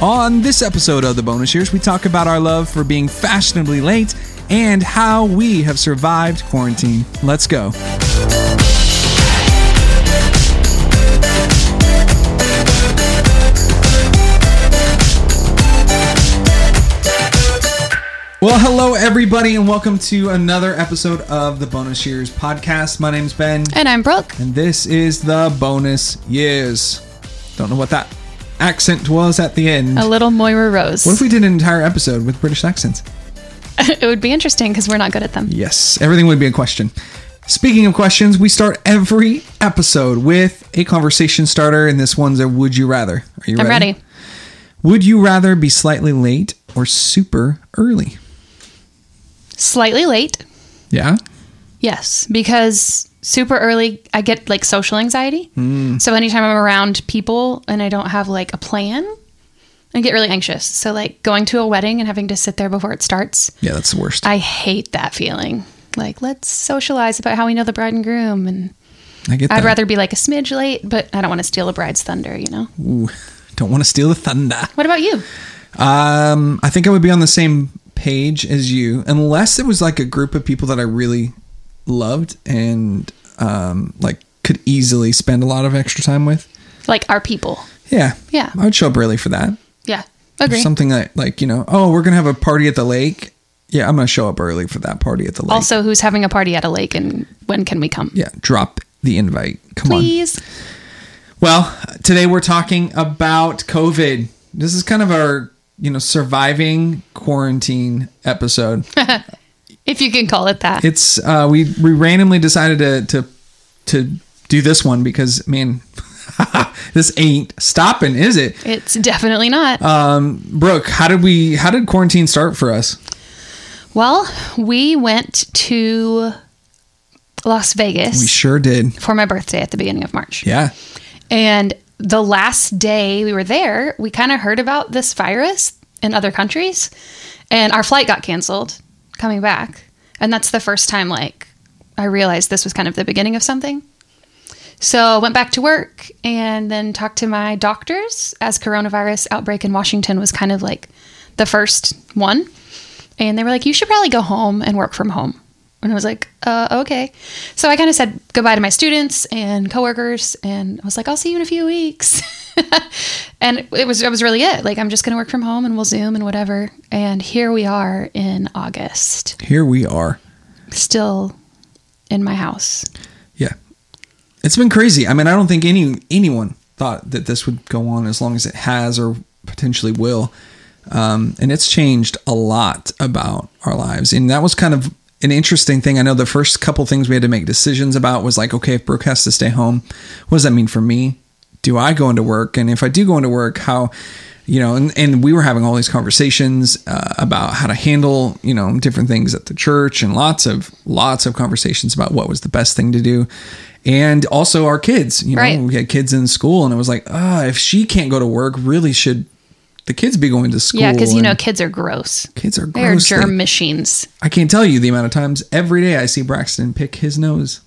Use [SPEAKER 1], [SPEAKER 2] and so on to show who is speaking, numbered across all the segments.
[SPEAKER 1] On this episode of The Bonus Years, we talk about our love for being fashionably late and how we have survived quarantine. Let's go. Well, hello, everybody, and welcome to another episode of the Bonus Years podcast. My name's Ben,
[SPEAKER 2] And I'm Brooke.
[SPEAKER 1] and this is the Bonus Years. Don't know what that accent was at the end.
[SPEAKER 2] A little Moira Rose.
[SPEAKER 1] What if we did an entire episode with British accents?
[SPEAKER 2] it would be interesting because we're not good at them.
[SPEAKER 1] Yes, everything would be a question. Speaking of questions, we start every episode with a conversation starter, and this one's a Would You Rather. Are you
[SPEAKER 2] I'm ready.
[SPEAKER 1] Would you rather be slightly late or super early?
[SPEAKER 2] Slightly late.
[SPEAKER 1] Yeah.
[SPEAKER 2] Yes, because super early I get like social anxiety. So anytime I'm around people and I don't have like a plan, I get really anxious. So like going to a wedding and having to sit there before it starts,
[SPEAKER 1] Yeah, that's the worst.
[SPEAKER 2] I hate that feeling. Like let's socialize about how we know the bride and groom and
[SPEAKER 1] I get that.
[SPEAKER 2] I'd rather be like a smidge late, but I don't want to steal a bride's thunder, you know.
[SPEAKER 1] Ooh, don't want to steal the thunder.
[SPEAKER 2] What about you?
[SPEAKER 1] Um, I think I would be on the same page as you, unless it was like a group of people that I really loved and um, like could easily spend a lot of extra time with.
[SPEAKER 2] Like our people.
[SPEAKER 1] Yeah,
[SPEAKER 2] Yeah.
[SPEAKER 1] I would show up early for that.
[SPEAKER 2] Yeah.
[SPEAKER 1] If
[SPEAKER 2] Agree.
[SPEAKER 1] something like like you know, oh, we're gonna have a party at the lake. Yeah, I'm gonna show up early for that party at the lake.
[SPEAKER 2] Also, who's having a party at a lake and when can we come?
[SPEAKER 1] yeah, drop the invite. Come on.
[SPEAKER 2] Please.
[SPEAKER 1] Well, today we're talking about COVID. This is kind of our, you know, surviving quarantine episode.
[SPEAKER 2] If you can call it that.
[SPEAKER 1] It's uh we we randomly decided to to to do this one because man, this ain't stopping, is it?
[SPEAKER 2] it's definitely not.
[SPEAKER 1] Uh, Brooke, how did we how did quarantine start for us?
[SPEAKER 2] well, we went to Las
[SPEAKER 1] We
[SPEAKER 2] Vegas
[SPEAKER 1] sure did.
[SPEAKER 2] for my birthday at the beginning of March.
[SPEAKER 1] Yeah.
[SPEAKER 2] And the last day we were there, we kind of heard about this virus in other countries, and our flight got canceled coming back. And that's the first time like I realized this was kind of the beginning of something. So I went back to work and then talked to my doctors as coronavirus outbreak in Washington was kind of like the first one. And they were like, you should probably go home and work from home. And I was like, uh, okay. So I kind of said goodbye to my students and coworkers, and I was like, I'll see you in a few weeks. and it was that was really it. Like I'm just gonna work from home and we'll Zoom and whatever. And here we are in August,
[SPEAKER 1] Here we are.
[SPEAKER 2] still in my house.
[SPEAKER 1] Yeah. It's been crazy. I mean, I don't think any anyone thought that this would go on as long as it has or potentially will. Um, and it's changed a lot about our lives. And that was kind of an interesting thing. I know the first couple things we had to make decisions about was like, okay, if Brooke has to stay home, what does that mean for me? Do I go into work? And if I do go into work, how, you know, and, and we were having all these conversations uh, about how to handle, you know, different things at the church and lots of, lots of conversations about what was the best thing to do. And also our kids, you know,
[SPEAKER 2] Right.
[SPEAKER 1] we had kids in school and it was like, ah, if she can't go to work, really should the kids be going to school?
[SPEAKER 2] Yeah, because you know
[SPEAKER 1] and
[SPEAKER 2] kids are gross.
[SPEAKER 1] kids are
[SPEAKER 2] They are
[SPEAKER 1] gross.
[SPEAKER 2] germ machines.
[SPEAKER 1] I can't tell you the amount of times every day I see Braxton pick his nose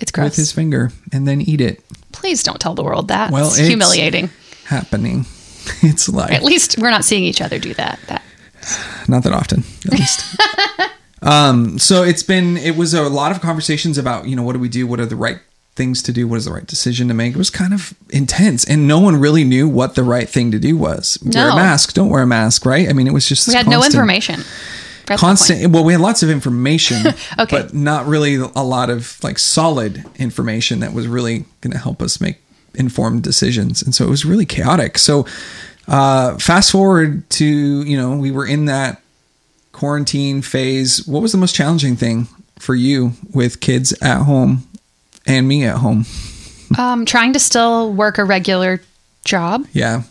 [SPEAKER 2] It's
[SPEAKER 1] with
[SPEAKER 2] gross.
[SPEAKER 1] his finger and then eat it.
[SPEAKER 2] Please don't tell the world that.
[SPEAKER 1] Well,
[SPEAKER 2] it's
[SPEAKER 1] it's-
[SPEAKER 2] humiliating.
[SPEAKER 1] Happening. It's like
[SPEAKER 2] At least we're not seeing each other do that. That
[SPEAKER 1] not that often, at least. um, so it's been it was a lot of conversations about you know what do we do? What are the right things to do? What is the right decision to make? It was kind of intense, and no one really knew what the right thing to do was. Wear a
[SPEAKER 2] No.
[SPEAKER 1] mask. Don't wear a mask. Right? I mean, it was just
[SPEAKER 2] we
[SPEAKER 1] this
[SPEAKER 2] had no
[SPEAKER 1] constant-
[SPEAKER 2] information. at that point.
[SPEAKER 1] constant well we had lots of information
[SPEAKER 2] Okay.
[SPEAKER 1] but not really a lot of like solid information that was really going to help us make informed decisions and so it was really chaotic so uh fast forward to you know we were in that quarantine phase what was the most challenging thing for you with kids at home and me at home
[SPEAKER 2] Um, trying to still work a regular job. Um,
[SPEAKER 1] yeah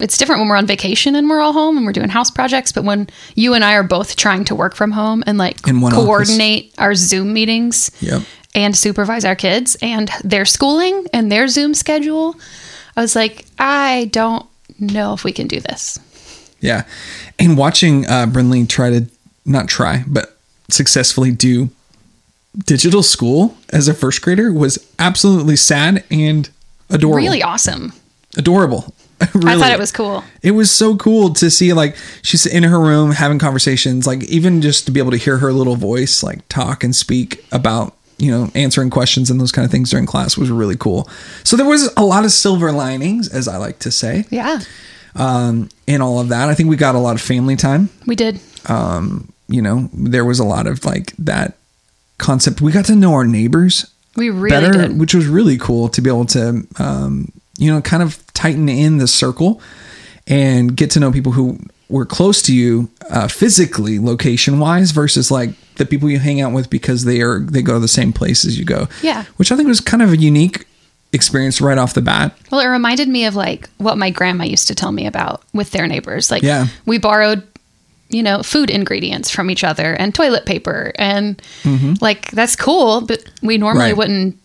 [SPEAKER 2] It's different when we're on vacation and we're all home and we're doing house projects, but when you and I are both trying to work from home and like
[SPEAKER 1] In one
[SPEAKER 2] coordinate our Zoom meetings
[SPEAKER 1] Yep.
[SPEAKER 2] and supervise our kids and their schooling and their Zoom schedule, I was like, I don't know if we can do this.
[SPEAKER 1] Yeah. And watching uh, Brinley try to not try, but successfully do digital school as a first grader was absolutely sad and adorable.
[SPEAKER 2] Really awesome.
[SPEAKER 1] Adorable.
[SPEAKER 2] I
[SPEAKER 1] Really.
[SPEAKER 2] thought it was cool.
[SPEAKER 1] It was so cool to see like she's in her room having conversations, like even just to be able to hear her little voice like talk and speak about, you know, answering questions and those kind of things during class was really cool. So there was a lot of silver linings, as I like to say,
[SPEAKER 2] Yeah,
[SPEAKER 1] um, in all of that. I think we got a lot of family time.
[SPEAKER 2] we did.
[SPEAKER 1] You know, there was a lot of like that concept. We got to know our neighbors
[SPEAKER 2] We really
[SPEAKER 1] better,
[SPEAKER 2] did.
[SPEAKER 1] which was really cool to be able to, um, you know, kind of tighten in the circle and get to know people who were close to you uh, physically, location wise, versus like the people you hang out with because they are they go to the same place as you go.
[SPEAKER 2] Yeah.
[SPEAKER 1] which I think was kind of a unique experience right off the bat.
[SPEAKER 2] Well, it reminded me of like what my grandma used to tell me about with their neighbors. Like,
[SPEAKER 1] Yeah.
[SPEAKER 2] we borrowed, you know, food ingredients from each other and toilet paper. And like, that's cool, but we normally
[SPEAKER 1] Mm-hmm. Right.
[SPEAKER 2] wouldn't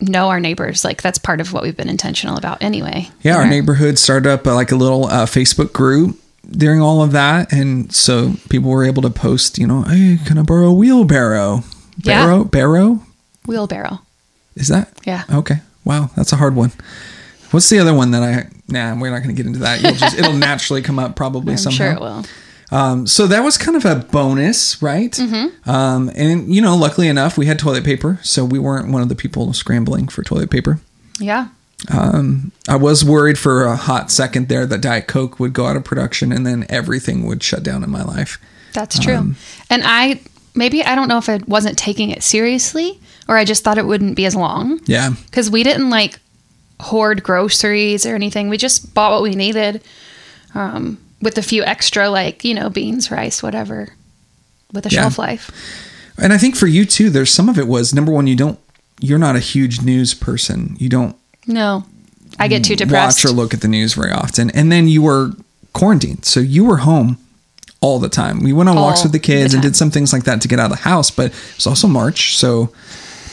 [SPEAKER 2] know our neighbors. Like, that's part of what we've been intentional about anyway.
[SPEAKER 1] Yeah, our
[SPEAKER 2] Right.
[SPEAKER 1] neighborhood started up uh, like a little uh, Facebook group during all of that, and so people were able to post, you know, hey, can I borrow a wheelbarrow?
[SPEAKER 2] Yeah.
[SPEAKER 1] Barrow, barrow,
[SPEAKER 2] Wheelbarrow.
[SPEAKER 1] Is that?
[SPEAKER 2] Yeah.
[SPEAKER 1] Okay. Wow, that's a hard one. What's the other one that I? Nah, we're not going to get into that. You'll just, it'll naturally come up probably
[SPEAKER 2] I'm
[SPEAKER 1] somehow.
[SPEAKER 2] sure it will.
[SPEAKER 1] Um, so that was kind of a bonus, right? Mm-hmm. Um, and you know, luckily enough, we had toilet paper, so we weren't one of the people scrambling for toilet paper.
[SPEAKER 2] Yeah.
[SPEAKER 1] I was worried for a hot second there that Diet Coke would go out of production and then everything would shut down in my life.
[SPEAKER 2] That's true.
[SPEAKER 1] Um,
[SPEAKER 2] and I maybe I don't know if I wasn't taking it seriously or I just thought it wouldn't be as long
[SPEAKER 1] Yeah.
[SPEAKER 2] because we didn't like hoard groceries or anything. We just bought what we needed um, with a few extra, like, you know, beans, rice, whatever, with a
[SPEAKER 1] Yeah.
[SPEAKER 2] shelf life.
[SPEAKER 1] And I think for you too, there's some of it was number one, you don't, you're not a huge news person. You don't
[SPEAKER 2] No, I get too depressed.
[SPEAKER 1] Mm, watch or look at the news very often. And then you were quarantined, so you were home all the time. We went on
[SPEAKER 2] All
[SPEAKER 1] walks with the kids
[SPEAKER 2] the
[SPEAKER 1] and
[SPEAKER 2] time.
[SPEAKER 1] did some things like that to get out of the house. But it's also March, so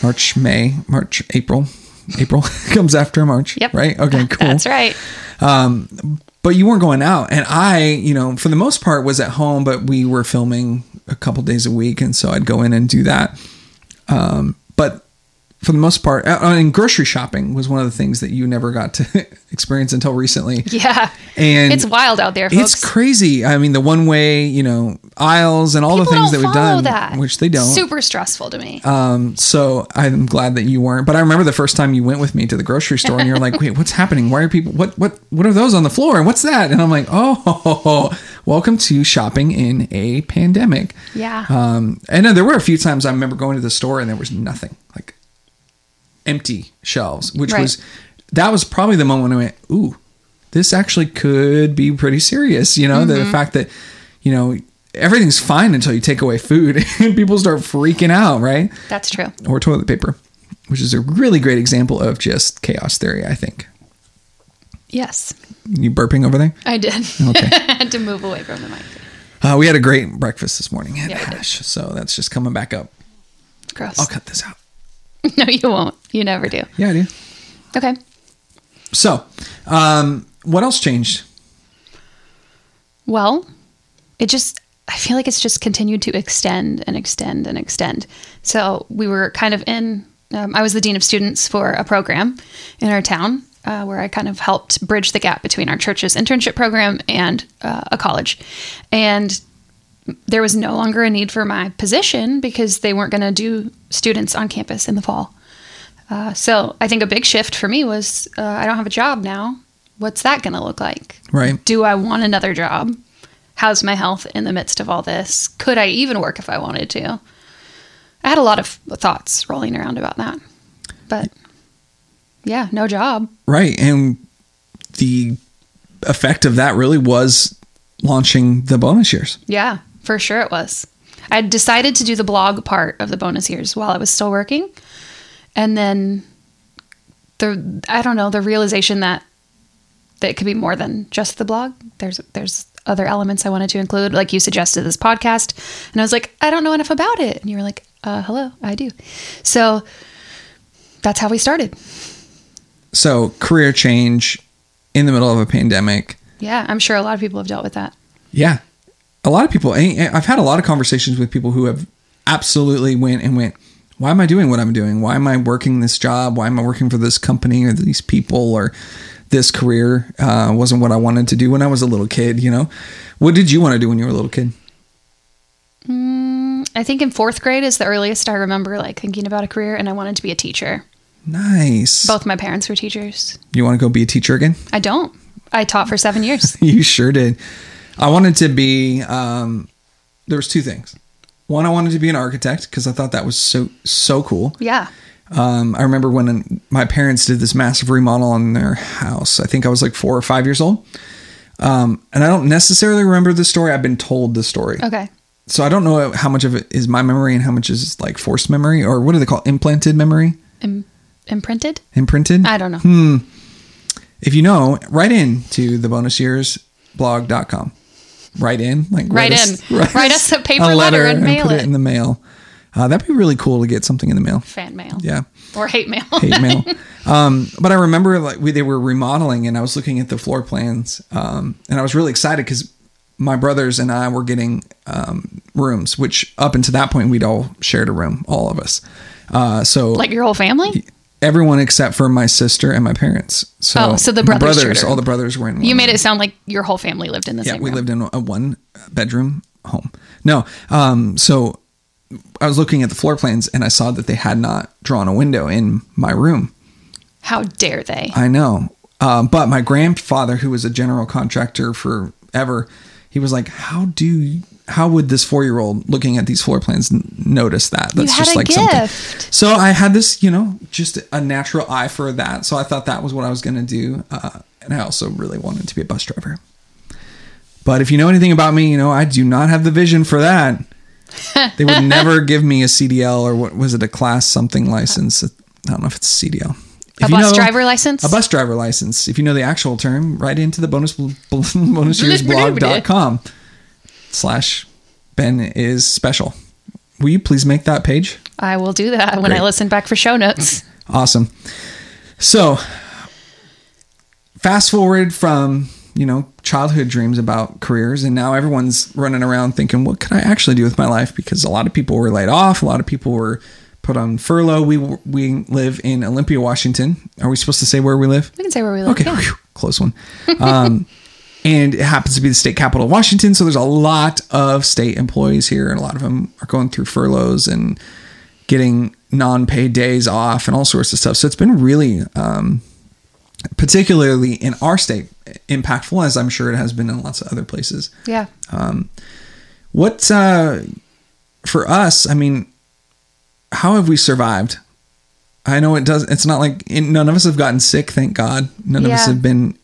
[SPEAKER 1] March, May, March, April, April comes after March.
[SPEAKER 2] Yep.
[SPEAKER 1] Right. Okay. Cool.
[SPEAKER 2] That's right.
[SPEAKER 1] But you weren't going out, and I, you know, for the most part, was at home. But we were filming a couple days a week, and so I'd go in and do that. Um, but for the most part, uh, and grocery shopping was one of the things that you never got to experience until recently.
[SPEAKER 2] Yeah.
[SPEAKER 1] And
[SPEAKER 2] it's wild out there, folks.
[SPEAKER 1] It's crazy. I mean, the one way, you know, aisles and all the
[SPEAKER 2] People
[SPEAKER 1] things
[SPEAKER 2] don't
[SPEAKER 1] that we've
[SPEAKER 2] follow
[SPEAKER 1] done,
[SPEAKER 2] that.
[SPEAKER 1] which they don't.
[SPEAKER 2] Super stressful to me.
[SPEAKER 1] Um, so I'm glad that you weren't. But I remember the first time you went with me to the grocery store, and you're like, "Wait, what's happening? Why are people? What what what are those on the floor? And What's that?" And I'm like, "Oh, welcome to shopping in a pandemic."
[SPEAKER 2] yeah.
[SPEAKER 1] Um, and then there were a few times I remember going to the store and there was nothing, like empty shelves, which
[SPEAKER 2] Right.
[SPEAKER 1] was that was probably the moment I went, "Ooh, this actually could be pretty serious." You know,
[SPEAKER 2] Mm-hmm.
[SPEAKER 1] the fact that you know everything's fine until you take away food and people start freaking out, right?
[SPEAKER 2] That's true.
[SPEAKER 1] Or toilet paper, which is a really great example of just chaos theory. I think
[SPEAKER 2] Yes.
[SPEAKER 1] you burping over there.
[SPEAKER 2] I did.
[SPEAKER 1] Okay.
[SPEAKER 2] I had to move away from the mic.
[SPEAKER 1] Uh, we had a great breakfast this morning at
[SPEAKER 2] Yeah, we did.
[SPEAKER 1] Hash, so that's just coming back up.
[SPEAKER 2] Gross.
[SPEAKER 1] I'll cut this out.
[SPEAKER 2] No, you won't. You never do.
[SPEAKER 1] Yeah, I do.
[SPEAKER 2] Okay.
[SPEAKER 1] So, um, what else changed?
[SPEAKER 2] Well, it just, I feel like it's just continued to extend and extend and extend. So we were kind of in, um, I was the dean of students for a program in our town uh, where I kind of helped bridge the gap between our church's internship program and uh, a college. And there was no longer a need for my position because they weren't going to do students on campus in the fall. Uh, so I think a big shift for me was uh, I don't have a job now. What's that going to look like?
[SPEAKER 1] Right.
[SPEAKER 2] Do I want another job? How's my health in the midst of all this? Could I even work if I wanted to? I had a lot of thoughts rolling around about that. But yeah, no job.
[SPEAKER 1] Right. And the effect of that really was launching the bonus years.
[SPEAKER 2] Yeah, for sure it was. I had decided to do the blog part of the bonus years while I was still working. And then the I don't know, the realization that that it could be more than just the blog. There's there's other elements I wanted to include, like you suggested this podcast, and I was like, I don't know enough about it. And you were like, uh, hello, I do. So that's how we started.
[SPEAKER 1] So, career change in the middle of a pandemic.
[SPEAKER 2] Yeah, I'm sure a lot of people have dealt with that.
[SPEAKER 1] Yeah. A lot of people, and- and I've had a lot of conversations with people who have absolutely went and went, why am I doing what I'm doing? Why am I working this job? Why am I working for this company or these people or this career uh, wasn't what I wanted to do when I was a little kid. You know, what did you want to do when you were a little kid?
[SPEAKER 2] Mm, I think in fourth grade is the earliest I remember like thinking about a career, and I wanted to be a teacher.
[SPEAKER 1] Nice.
[SPEAKER 2] Both my parents were teachers.
[SPEAKER 1] You want to go be a teacher again?
[SPEAKER 2] I don't. I taught for seven years.
[SPEAKER 1] you sure did. I wanted to be. Um, there was two things. One, I wanted to be an architect because I thought that was so so cool.
[SPEAKER 2] yeah.
[SPEAKER 1] Um, I remember when my parents did this massive remodel on their house. I think I was like four or five years old. Um, and I don't necessarily remember the story. I've been told the story.
[SPEAKER 2] Okay.
[SPEAKER 1] So I don't know how much of it is my memory and how much is like forced memory or what do they call it? implanted memory?
[SPEAKER 2] Im- imprinted?
[SPEAKER 1] Imprinted?
[SPEAKER 2] I don't know.
[SPEAKER 1] if you know, write in to the bonus years blog.com. Write in, like
[SPEAKER 2] Write in. Write us a paper letter and mail
[SPEAKER 1] put it.
[SPEAKER 2] it.
[SPEAKER 1] in the mail. Uh, that'd be really cool to get something in the mail.
[SPEAKER 2] Fan mail.
[SPEAKER 1] Yeah,
[SPEAKER 2] Or hate mail.
[SPEAKER 1] hate mail. Um, but I remember like we, they were remodeling, and I was looking at the floor plans, um, and I was really excited because my brothers and I were getting um, rooms, which up until that point we'd all shared a room, all of us. Uh, so
[SPEAKER 2] like your whole family?
[SPEAKER 1] everyone except for my sister and my parents. So,
[SPEAKER 2] Oh, so the
[SPEAKER 1] my
[SPEAKER 2] brothers shared a
[SPEAKER 1] all
[SPEAKER 2] room.
[SPEAKER 1] the brothers were in. One
[SPEAKER 2] You made
[SPEAKER 1] room.
[SPEAKER 2] it sound like your whole family lived in the
[SPEAKER 1] Yeah,
[SPEAKER 2] same
[SPEAKER 1] we
[SPEAKER 2] room.
[SPEAKER 1] lived in a one bedroom home. No, um, so I was looking at the floor plans and I saw that they had not drawn a window in my room.
[SPEAKER 2] How dare they?
[SPEAKER 1] I know, um, but my grandfather, who was a general contractor forever, he was like, "How do you, how would this four year old looking at these floor plans n- notice that? That's
[SPEAKER 2] had a gift.
[SPEAKER 1] So I had this, you know, just a natural eye for that. So I thought that was what I was going to do, uh, and I also really wanted to be a bus driver. But if you know anything about me, you know I do not have the vision for that. They would never give me a CDL or what was it a class something license? I don't know if it's CDL.
[SPEAKER 2] A
[SPEAKER 1] If you
[SPEAKER 2] bus driver license?
[SPEAKER 1] A bus driver license. If you know the actual term, write into the bonus bonusyearsblog.com slash Ben is special. Will you please make that page?
[SPEAKER 2] I will do that when I
[SPEAKER 1] Great.
[SPEAKER 2] listen back for show notes.
[SPEAKER 1] Awesome. So, fast forward from you know childhood dreams about careers, and now everyone's running around thinking, "What could I actually do with my life?" Because a lot of people were laid off, a lot of people were put on furlough. We we live in Olympia, Washington. Are we supposed to say where we live?
[SPEAKER 2] We can say where we live.
[SPEAKER 1] Okay,
[SPEAKER 2] yeah.
[SPEAKER 1] phew, close one. Um, and it happens to be the state capital of Washington, so there's a lot of state employees here, and a lot of them are going through furloughs and getting non-paid days off and all sorts of stuff. So it's been really, um, particularly in our state, impactful, as I'm sure it has been in lots of other places.
[SPEAKER 2] Yeah.
[SPEAKER 1] What uh, for us? I mean, how have we survived? I know it does. It's not like in, none of us have gotten sick. Thank God, none of us
[SPEAKER 2] Yeah.
[SPEAKER 1] have been,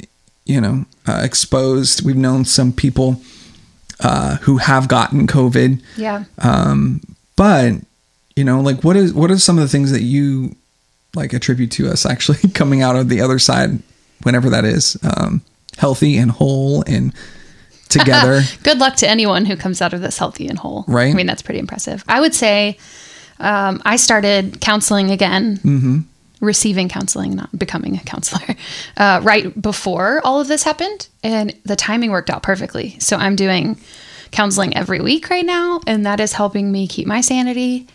[SPEAKER 1] you know, uh, exposed. We've known some people uh, who have gotten COVID,
[SPEAKER 2] Yeah.
[SPEAKER 1] but you know, like what is what are some of the things that you like attribute to us actually coming out of the other side, whenever that is, um, healthy and whole and together.
[SPEAKER 2] Good luck to anyone who comes out of this healthy and whole.
[SPEAKER 1] Right.
[SPEAKER 2] I mean, that's pretty impressive. I would say um, I started counseling again, receiving counseling, not becoming a counselor, uh, right before all of this happened. And the timing worked out perfectly. So I'm doing counseling every week right now, and that is helping me keep my sanity.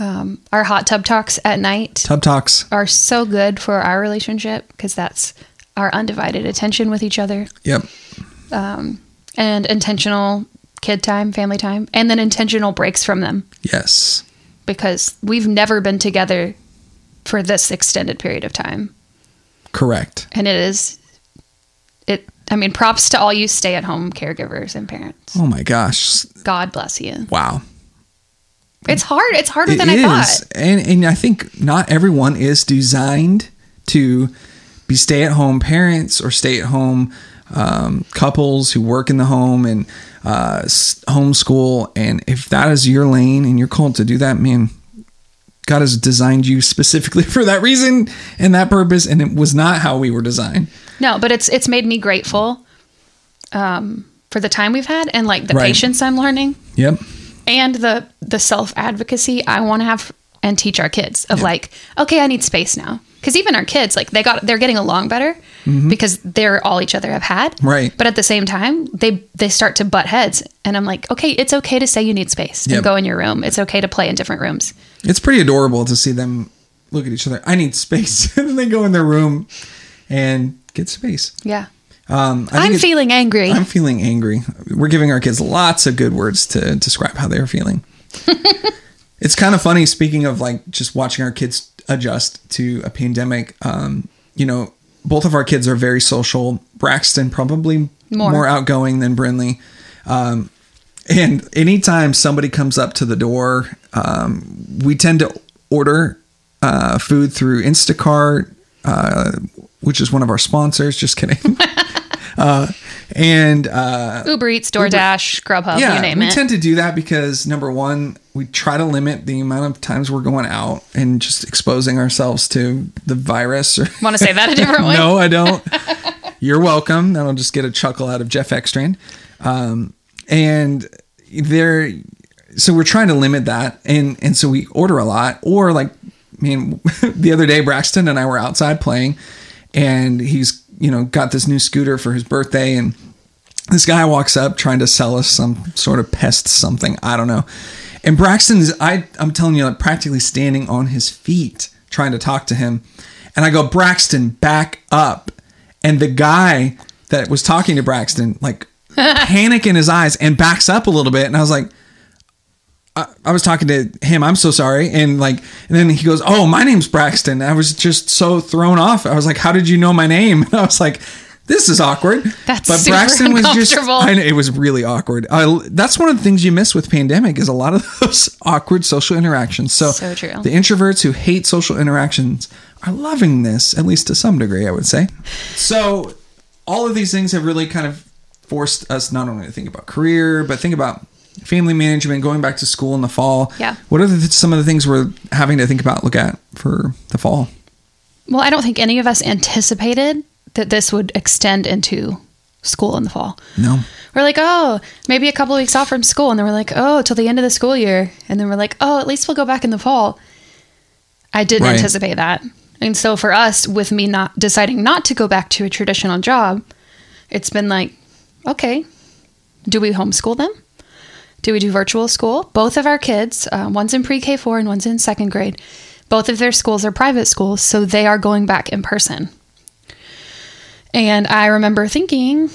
[SPEAKER 2] Um, our hot tub talks at night
[SPEAKER 1] Tub talks.
[SPEAKER 2] are so good for our relationship because that's our undivided attention with each other
[SPEAKER 1] Yep.
[SPEAKER 2] and intentional kid time, family time, and then intentional breaks from them
[SPEAKER 1] Yes.
[SPEAKER 2] because we've never been together for this extended period of time.
[SPEAKER 1] Correct.
[SPEAKER 2] And it is, it, I mean, props to all you stay at home caregivers and parents.
[SPEAKER 1] Oh my gosh.
[SPEAKER 2] God bless you.
[SPEAKER 1] Wow.
[SPEAKER 2] It's hard. It's harder
[SPEAKER 1] It
[SPEAKER 2] than
[SPEAKER 1] is,
[SPEAKER 2] I thought.
[SPEAKER 1] And and I think not everyone is designed to be stay at home parents or stay at home um, couples who work in the home and uh, s- homeschool. And if that is your lane and you're called to do that, man, God has designed you specifically for that reason and that purpose. And it was not how we were designed.
[SPEAKER 2] No, but it's, it's made me grateful um, for the time we've had and like the
[SPEAKER 1] Right.
[SPEAKER 2] patience I'm learning
[SPEAKER 1] Yep.
[SPEAKER 2] and the, the self advocacy I want to have and teach our kids of like, okay, I need space now. Because even our kids, like they got, they're getting along better because they're all each other have had.
[SPEAKER 1] Mm-hmm. Right.
[SPEAKER 2] But at the same time, they they start to butt heads, and I'm like, okay, it's okay to say you need space
[SPEAKER 1] Yep.
[SPEAKER 2] and go in your room. It's okay to play in different rooms.
[SPEAKER 1] It's pretty adorable to see them look at each other. I need space. and then they go in their room and get space.
[SPEAKER 2] Yeah.
[SPEAKER 1] Um, I think
[SPEAKER 2] I'm
[SPEAKER 1] it's-
[SPEAKER 2] feeling angry.
[SPEAKER 1] I'm feeling angry. We're giving our kids lots of good words to describe how they're feeling. it's kind of funny, speaking of like just watching our kids adjust to a pandemic. Um, you know, both of our kids are very social. Braxton probably more,
[SPEAKER 2] More.
[SPEAKER 1] outgoing than Brinley. Um, and anytime somebody comes up to the door, um, we tend to order uh, food through Instacart, uh, which is one of our sponsors. Just kidding. Uh, and uh,
[SPEAKER 2] Uber Eats, DoorDash, Grubhub,
[SPEAKER 1] yeah,
[SPEAKER 2] you name
[SPEAKER 1] we
[SPEAKER 2] it.
[SPEAKER 1] tend to do that because number one, we try to limit the amount of times we're going out and just exposing ourselves to the virus. Or
[SPEAKER 2] Want to say that a different way?
[SPEAKER 1] no, I don't. You're welcome. That'll just get a chuckle out of Jeff Ekstrand. Um, and there, so we're trying to limit that, and and so we order a lot, or like, I mean, the other day Braxton and I were outside playing, and he's you know got this new scooter for his birthday, and this guy walks up trying to sell us some sort of pest something i don't know and braxton is i i'm telling you like practically standing on his feet trying to talk to him and i go braxton back up and the guy that was talking to braxton like panic in his eyes and backs up a little bit and i was like I was talking to him. I'm so sorry. And like, and then he goes, "Oh, my name's Braxton." I was just so thrown off. I was like, "How did you know my name?" And I was like, "This is awkward."
[SPEAKER 2] That's super uncomfortable.
[SPEAKER 1] I know, it was really awkward. I, that's one of the things you miss with pandemic is a lot of those awkward social interactions. So,
[SPEAKER 2] So true.
[SPEAKER 1] The introverts who hate social interactions are loving this, at least to some degree, I would say. So, all of these things have really kind of forced us not only to think about career, but think about family management, going back to school in the fall.
[SPEAKER 2] Yeah.
[SPEAKER 1] What are the, some of the things we're having to think about, look at for the fall?
[SPEAKER 2] Well, I don't think any of us anticipated that this would extend into school in the fall.
[SPEAKER 1] No.
[SPEAKER 2] We're like, oh, maybe a couple of weeks off from school. And then we're like, oh, till the end of the school year. And then we're like, oh, at least we'll go back in the fall. I didn't
[SPEAKER 1] Right.
[SPEAKER 2] anticipate that. And so for us, with me not deciding not to go back to a traditional job, it's been like, okay, do we homeschool them? Do we do virtual school? Both of our kids, uh, one's in pre K 4 and one's in second grade, both of their schools are private schools, so they are going back in person. And I remember thinking,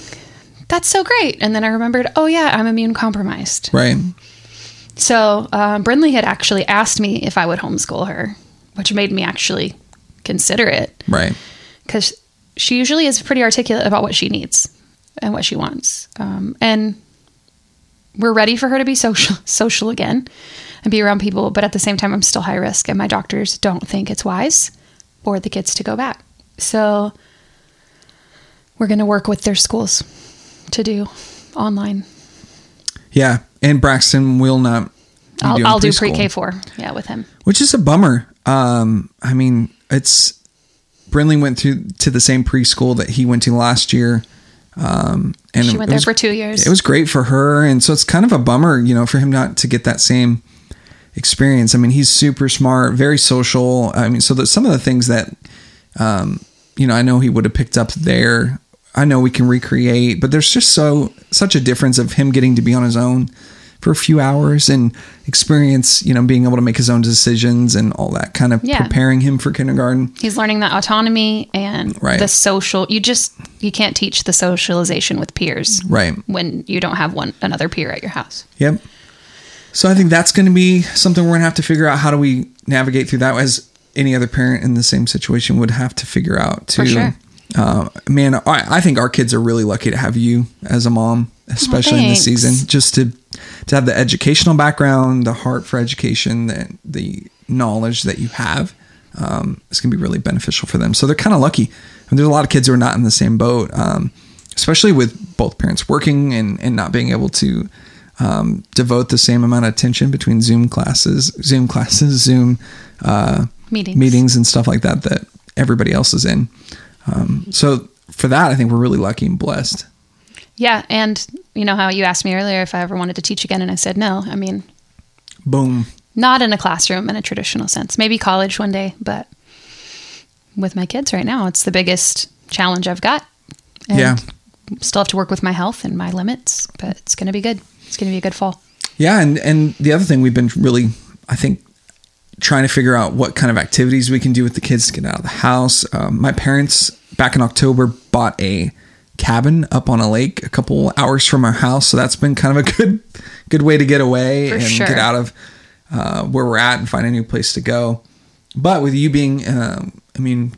[SPEAKER 2] that's so great. And then I remembered, oh, yeah, I'm immune compromised.
[SPEAKER 1] Right.
[SPEAKER 2] So uh, Brinley had actually asked me if I would homeschool her, which made me actually consider it
[SPEAKER 1] Right.
[SPEAKER 2] because she usually is pretty articulate about what she needs and what she wants. Um, and we're ready for her to be social, social again and be around people. But at the same time, I'm still high risk, and my doctors don't think it's wise for the kids to go back. So we're going to work with their schools to do online.
[SPEAKER 1] Yeah. And Braxton will not. be
[SPEAKER 2] I'll,
[SPEAKER 1] doing
[SPEAKER 2] I'll do
[SPEAKER 1] preschool.
[SPEAKER 2] pre K four, yeah, with him.
[SPEAKER 1] which is a bummer. Um, I mean, it's Brinley went to to the same preschool that he went to last year, um, and
[SPEAKER 2] She
[SPEAKER 1] it
[SPEAKER 2] went there
[SPEAKER 1] was-
[SPEAKER 2] for two years.
[SPEAKER 1] It was great for her, and so it's kind of a bummer, you know, for him not to get that same experience. I mean, he's super smart, very social. I mean, so that some of the things that, um, you know, I know he would have picked up there. I know we can recreate, but there's just so such a difference of him getting to be on his own for a few hours and experience, you know, being able to make his own decisions and all that kind of
[SPEAKER 2] Yeah.
[SPEAKER 1] preparing him for kindergarten.
[SPEAKER 2] He's learning that autonomy and
[SPEAKER 1] Right.
[SPEAKER 2] the social. You just you can't teach the socialization with peers.
[SPEAKER 1] Right.
[SPEAKER 2] when you don't have one another peer at your house.
[SPEAKER 1] Yep. So I think that's going to be something we're going to have to figure out. How do we navigate through that? As any other parent in the same situation would have to figure out too.
[SPEAKER 2] sure.
[SPEAKER 1] Uh, man, I, I think our kids are really lucky to have you as a mom, especially in this
[SPEAKER 2] thanks.
[SPEAKER 1] season. Just to to have the educational background, the heart for education, the the knowledge that you have, um, it's going to be really beneficial for them. So they're kind of lucky. And there's a lot of kids who are not in the same boat, um, especially with both parents working and and not being able to um, devote the same amount of attention between Zoom classes, Zoom classes, Zoom uh,
[SPEAKER 2] Meetings.
[SPEAKER 1] meetings, and stuff like that that everybody else is in. Um, so for that, I think we're really lucky and blessed.
[SPEAKER 2] Yeah, and you know how you asked me earlier if I ever wanted to teach again, and I said no. I mean,
[SPEAKER 1] Boom.
[SPEAKER 2] not in a classroom in a traditional sense. Maybe college one day, but with my kids right now, it's the biggest challenge I've got. And
[SPEAKER 1] Yeah.
[SPEAKER 2] Still have to work with my health and my limits, but it's going to be good. It's going to be a good fall.
[SPEAKER 1] Yeah, and and the other thing we've been really, I think, trying to figure out what kind of activities we can do with the kids to get out of the house. Um, my parents back in October bought a cabin up on a lake a couple hours from our house, so that's been kind of a good good way to get away
[SPEAKER 2] For
[SPEAKER 1] and
[SPEAKER 2] sure.
[SPEAKER 1] get out of uh, where we're at and find a new place to go. But with you being, um, I mean,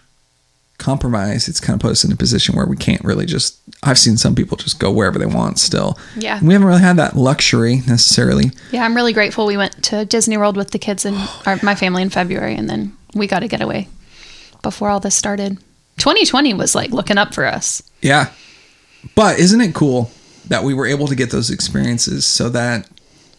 [SPEAKER 1] compromised, it's kind of put us in a position where we can't really just. I've seen some people just go wherever they want still.
[SPEAKER 2] Yeah.
[SPEAKER 1] we haven't really had that luxury necessarily.
[SPEAKER 2] Yeah, I'm really grateful we went to Disney World with the kids and our, my family in February, and then we got to get away before all this started. 2020 was like looking up for us.
[SPEAKER 1] Yeah. But isn't it cool that we were able to get those experiences so that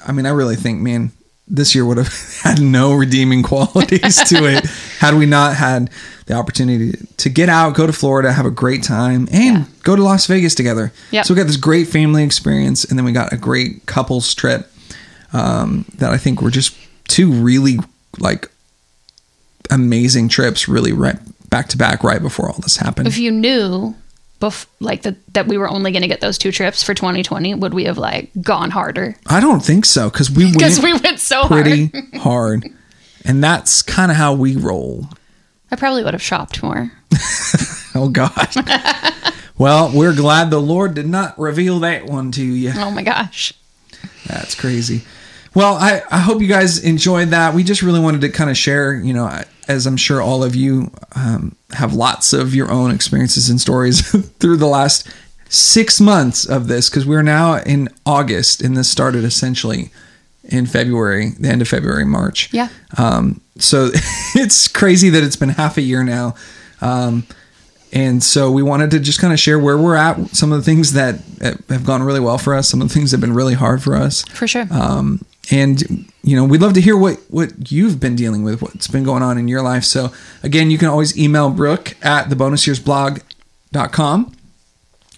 [SPEAKER 1] I mean, I really think, man, this year would have had no redeeming qualities to it had we not had the opportunity to get out, go to Florida, have a great time, and go to Las Vegas together.
[SPEAKER 2] Yep.
[SPEAKER 1] So we got this great family experience, and then we got a great couples trip um, that I think were just two really like amazing trips, really right back to back, right before all this happened.
[SPEAKER 2] If you knew, bef- like that, that we were only going to get those two trips for 2020, would we have like gone harder?
[SPEAKER 1] I don't think so because we went
[SPEAKER 2] Because we went so hard.
[SPEAKER 1] pretty hard, and that's kind of how we roll.
[SPEAKER 2] I probably would have shopped more.
[SPEAKER 1] Oh God. well, we're glad the Lord did not reveal that one to you.
[SPEAKER 2] Oh my gosh.
[SPEAKER 1] That's crazy. Well, I, I hope you guys enjoyed that. We just really wanted to kind of share, you know, I- as I'm sure all of you um, have lots of your own experiences and stories through the last six months of this, because we're now in August and this started essentially in February, the end of February, March.
[SPEAKER 2] Yeah.
[SPEAKER 1] Um, so it's crazy that it's been half a year now. Um, and so we wanted to just kind of share where we're at, some of the things that uh, have gone really well for us, some of the things that have been really hard for us.
[SPEAKER 2] For sure.
[SPEAKER 1] Um, and you know, we'd love to hear what what you've been dealing with, what's been going on in your life. So again, you can always email Brooke at thebonusyearsblog.com,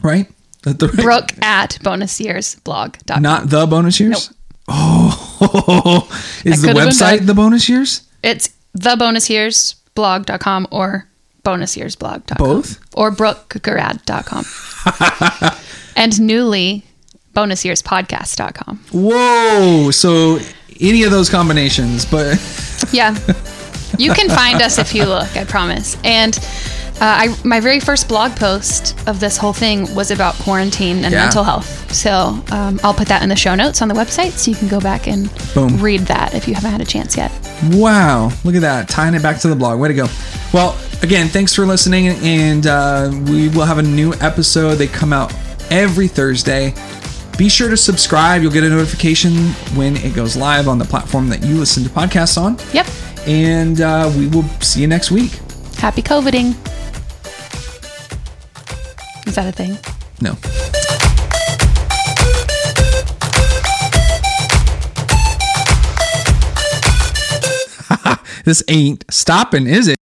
[SPEAKER 1] right? At the right-
[SPEAKER 2] Brooke at bonusyearsblog.com.
[SPEAKER 1] not the bonus years. Oh, is the
[SPEAKER 2] That could have been
[SPEAKER 1] website
[SPEAKER 2] bad.
[SPEAKER 1] the bonus years?
[SPEAKER 2] It's thebonusyearsblog.com or bonusyearsblog.com.
[SPEAKER 1] Both?
[SPEAKER 2] Or brookgarad.com. and newly bonusyearspodcast.com.
[SPEAKER 1] Whoa! So any of those combinations, but
[SPEAKER 2] Yeah. You can find us if you look, I promise. And uh, I, my very first blog post of this whole thing was about quarantine and
[SPEAKER 1] Yeah.
[SPEAKER 2] mental health. So um, I'll put that in the show notes on the website so you can go back and
[SPEAKER 1] Boom.
[SPEAKER 2] read that if you haven't had a chance yet.
[SPEAKER 1] Wow, look at that. Tying it back to the blog. Way to go. Well, again, thanks for listening. And uh, we will have a new episode. They come out every Thursday. Be sure to subscribe. You'll get a notification when it goes live on the platform that you listen to podcasts on.
[SPEAKER 2] Yep.
[SPEAKER 1] And uh, we will see you next week.
[SPEAKER 2] Happy COVIDing. Is that a thing?
[SPEAKER 1] No. this ain't stopping, is it?